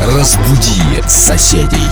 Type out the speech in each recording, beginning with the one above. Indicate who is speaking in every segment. Speaker 1: Разбуди соседей.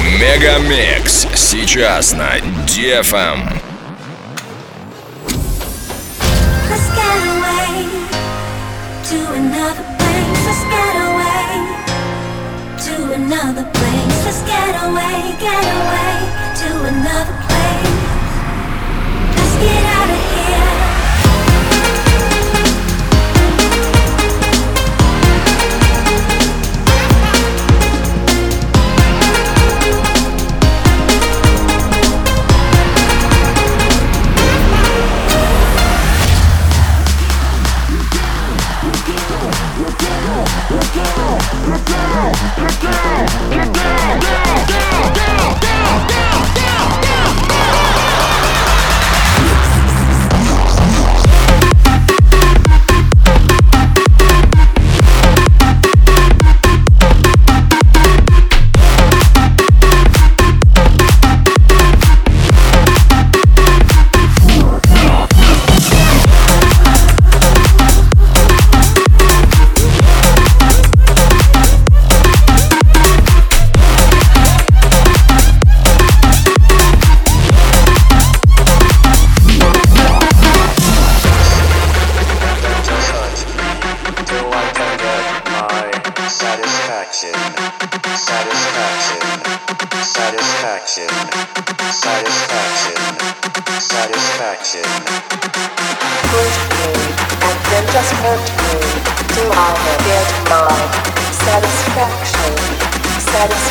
Speaker 1: Мегамикс. Сейчас на Эм. DFM.
Speaker 2: Let's get away to another place. Let's get away to another place. Let's get away, get away to another place. Let's get out of here.
Speaker 3: down, down, down, down, down, down, down, down, down, down.
Speaker 4: attraction.
Speaker 5: Hurt me, and then just hurt me. Do I will get mine? Satisfaction,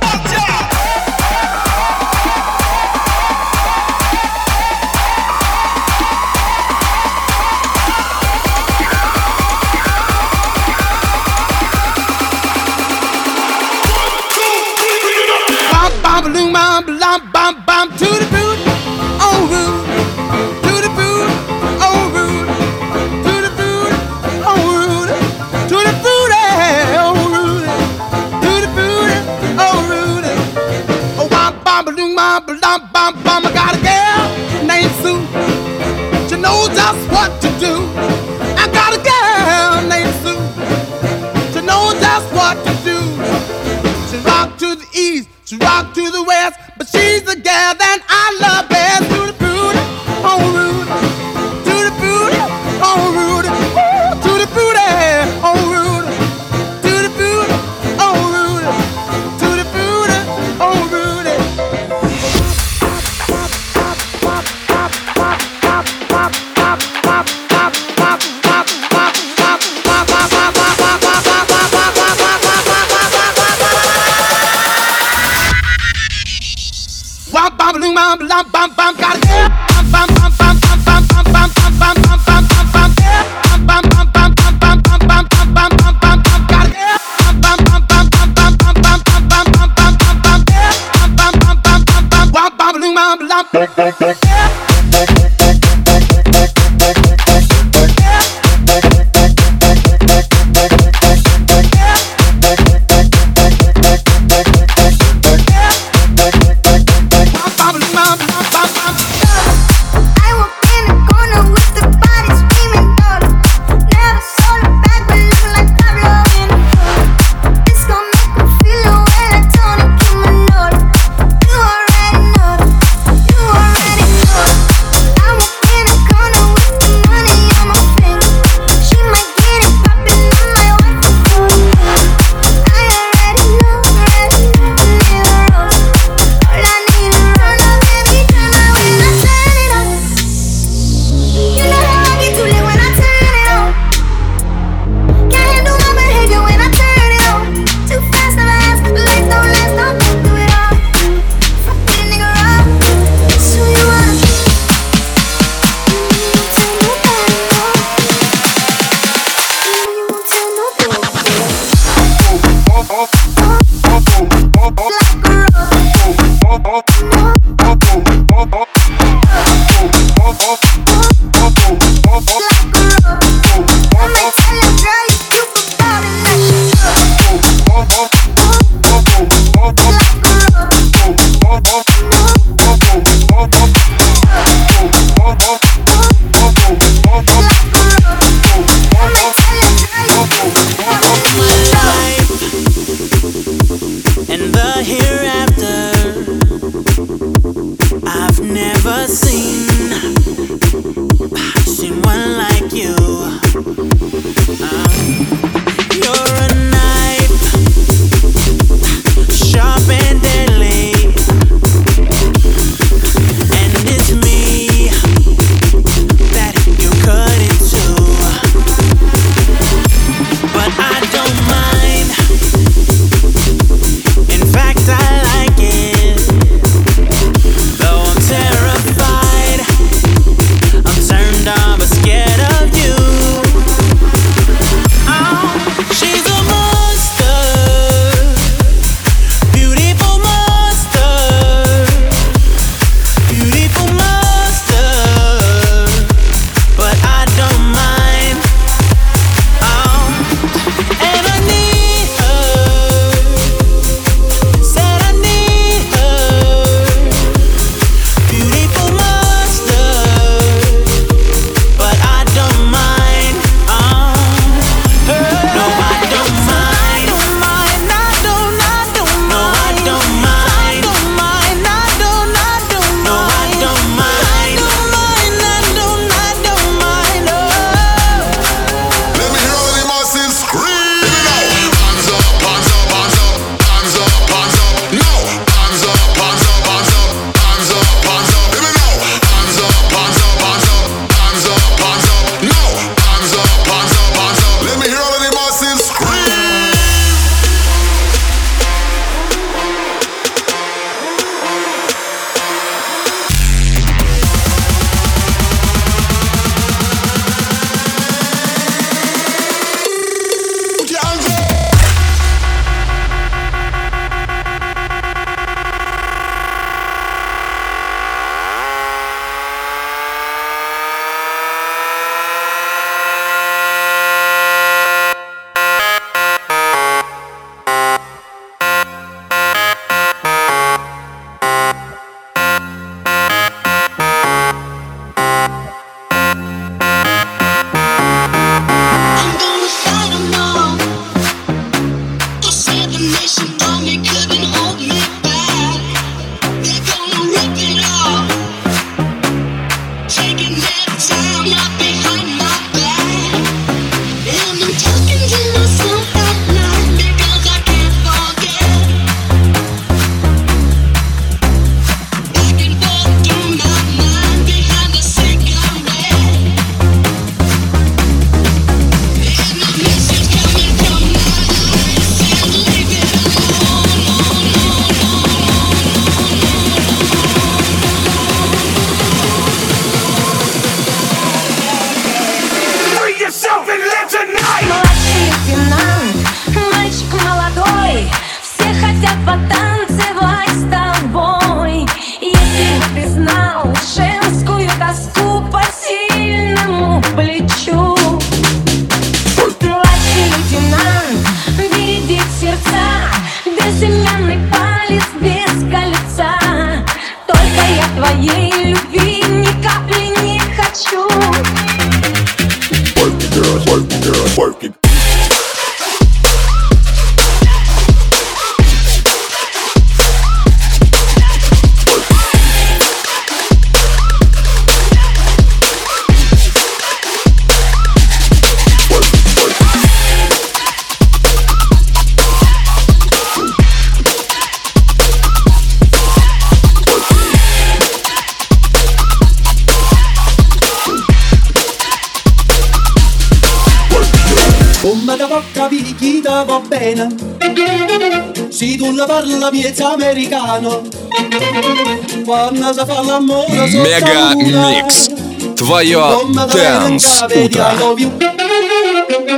Speaker 5: satisfaction.
Speaker 6: Bob, bob, loom, bob, lob, bob, bob, to the boot, oh root, to the boot, oh root, to the boot, oh root, to the boot, eh, oh root, to the boot, eh, oh root. Oh, bob, bob, loom, bob, lob, bob, bob, I got a girl named Sue. She knows just what to do. I got a girl named Sue. She knows just what to do. She rock to the east, she rock to the west, but she's the gal that I love best. To the booty, oh Rudy, to the booty, oh Rudy, Ooh, to the booty, oh Rudy, to the booty, oh Rudy, to the booty, oh Rudy. Wop, bop, loom, bop, lop, bop, bop, got a girl. Bop, bop, bop, bop, bop, bop, bop, bop, bop, bop, bop, bop, bop, girl. Bop, bop, bop, bop, bop, bop, bop, bop, bop, bop, bop, bop, got a girl. Bop, bop, bop, bop, bop, bop, bop, bop, bop, bop, bop, bop, bop, girl. Bop, bop, bop, bop, bop, bop, wop, bop, loom, bop, lop, bop, bop, bop, girl. Bop, bop, loom, bop, lop, bop, bop,
Speaker 2: I walk in a corner with the body screaming dollar. Never sold a bag, but looking like Pablo in a photo. It's gonna make me feel it when I don't give my note. You already know. You already know. I walk in a corner with the money on my finger. She might get it popping on my wife for I already know, already know, never all I need is your love every time I when I turn it on. You know how I get too lit when I turn it on. Can't handle my behavior when I turn it on. Too fast to last, the legs don't last, don't go through it all. Fuck with a nigga up, it's who you are. You won't tell nobody, no. You won't tell nobody. Like a rope.
Speaker 6: life.
Speaker 2: потанцевать с тобой Если б ты знал женскую тоску по сильному плечу Младший лейтенант видит сердца Безымянный палец без кольца Только я твоей любви ни капли не хочу
Speaker 6: Bomba da bocca pirichita va bene Se tu la parla miezza americano Quando si fa l'amore sotto
Speaker 7: Мега
Speaker 6: la luna,
Speaker 7: Микс. Твое
Speaker 6: Bomba da
Speaker 7: Dance
Speaker 6: Venice, vedi, I
Speaker 7: Утро.
Speaker 6: love you.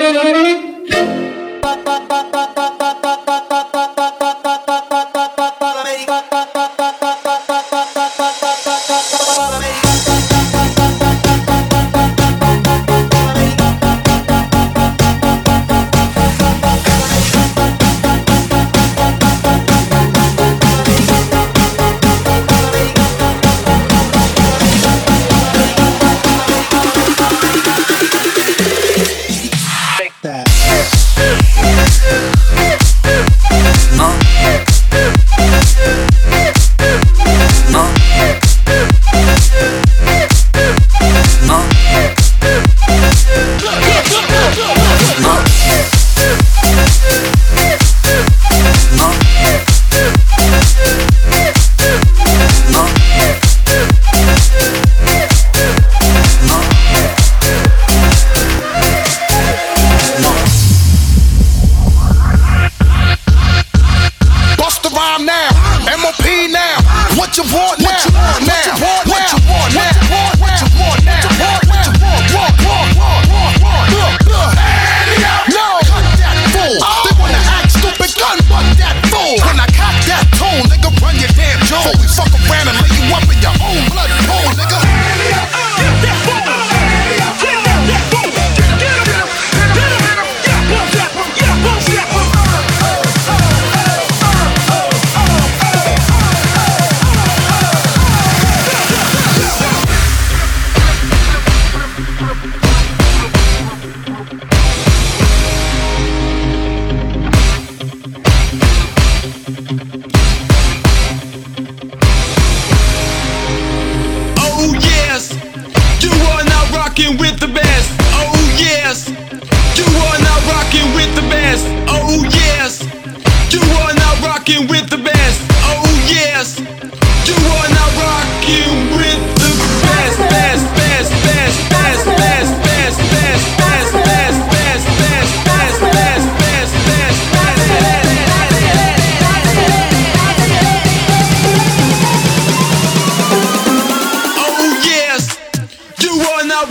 Speaker 1: Bust the rhyme now. MOP now. What you want now? What you want now? What you want now? What you want now? What you want now? What you want? What you want? What you want? What you want? Look, look. Oh. No. Cut that fool. They wanna act stupid. Gun butt that fool. When I cock that tone, nigga, run your damn jaw. Before we fuck around and lay you up in your own blood pool, nigga.
Speaker 6: Oh yes, you are now rocking with the best. Oh yes, you are now rocking with the best. Oh yes, you are now rocking with the best. Oh yes, you are now rocking with the best, best, best, best, best, best, best, best, best, best, best, best, best, best, best, best, Oh yes, you are now.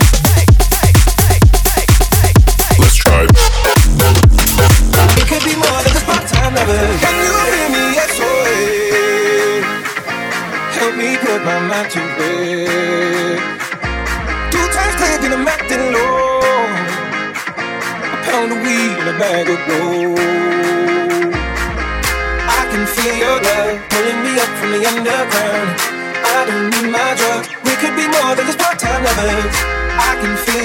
Speaker 1: Let's try.
Speaker 6: It could be more than just part-time lover. Can you hear me? SOS. Help me put my mind to bed. Two times clear, then I'm acting low. A pound of weed and a bag of gold. I can feel your love pulling me up from the underground. I don't need my drugs. We could be more than just part-time lovers. I can feel